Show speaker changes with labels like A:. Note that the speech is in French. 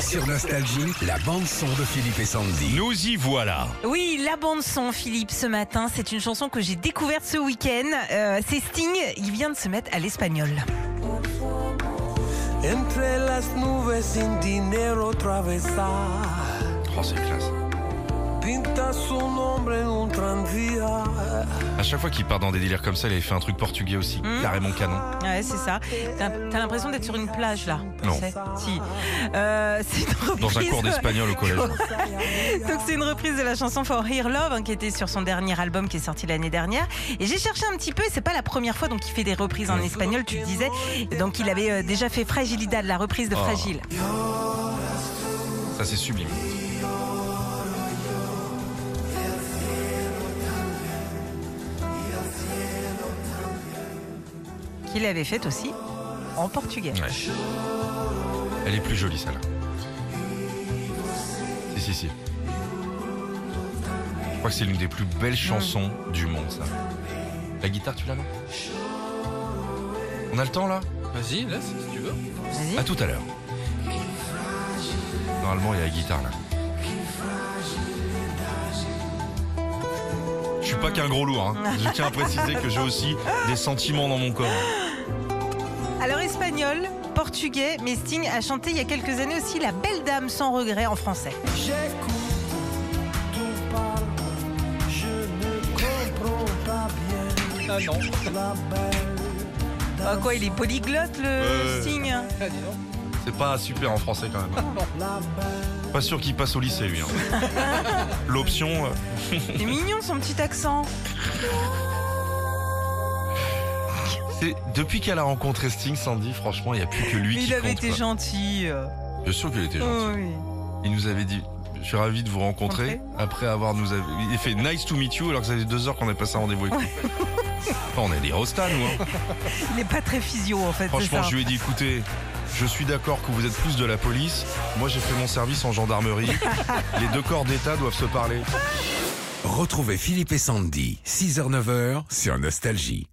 A: Sur Nostalgie, la bande-son de Philippe et Sandy.
B: Nous y voilà.
C: Oui, la bande son, Philippe, ce matin, c'est une chanson que j'ai découverte ce week-end. Euh, c'est Sting, il vient de se mettre à l'espagnol.
D: Entre las nubes sin dinero atravesar,
B: Oh, c'est classe.
D: pinta su nombre en un tranvía.
B: À chaque fois qu'il part dans des délires comme ça, il avait fait un truc portugais aussi. Carrément canon.
C: Ouais, c'est ça. T'as t'as l'impression d'être sur une plage, là.
B: Non.
C: Tu sais, si. Euh, c'est une
B: Dans un
C: reprise-
B: cours d'espagnol au collège.
C: Donc c'est une reprise de la chanson For Here Love hein, qui était sur son dernier album qui est sorti l'année dernière. Et j'ai cherché un petit peu, et c'est pas la première fois donc il fait des reprises en espagnol, tu le disais. Et Donc il avait euh, déjà fait Fragilidad, la reprise de
B: Oh.
C: Fragile.
B: Ça, c'est sublime.
C: qu'il avait faite aussi en portugais.
B: Ouais. Elle est plus jolie, celle-là. Si, si, si. Je crois que c'est l'une des plus belles chansons du monde, ça. La guitare, tu l'as, non On a le temps, là
E: Vas-y, laisse si tu veux.
C: Vas-y.
B: À tout à l'heure. Normalement, il y a la guitare là. Je suis pas qu'un gros lourd. hein. Je tiens à préciser que j'ai aussi des sentiments dans mon corps.
C: Alors espagnol, portugais, mais Sting a chanté il y a quelques années aussi La Belle Dame sans regret en français.
D: J'écoute, tu parles, je ne comprends pas bien
E: Ah non.
D: la belle.
C: Ah, quoi, il est polyglotte le
B: Ouais.
C: Sting hein.
E: Ah, dis donc.
B: C'est pas super en français quand même.
D: La belle,
B: Pas sûr qu'il passe au lycée lui. hein. L'option. euh,
C: Il est mignon son petit accent.
B: c'est depuis qu'elle a rencontré Sting, Sandy, franchement, il n'y a plus que lui
C: Mais
B: qui
C: il avait
B: compte,
C: été
B: quoi.
C: gentil. euh.
B: Bien sûr qu'il était gentil.
C: Oui.
B: Il nous avait dit. Je suis ravi de vous rencontrer. Après avoir nous avait... il a fait nice to meet you alors que ça fait deux heures qu'on a passé un rendez-vous avec lui. Enfin, on est des rostas nous. hein.
C: Il n'est pas très physio en fait. c'est
B: Franchement,
C: ça.
B: je lui ai dit écoutez, je suis d'accord que vous êtes plus de la police. Moi, j'ai fait mon service en gendarmerie. Les deux corps d'État doivent se parler.
A: Retrouvez Philippe et Sandy, 6h-9h, sur Nostalgie.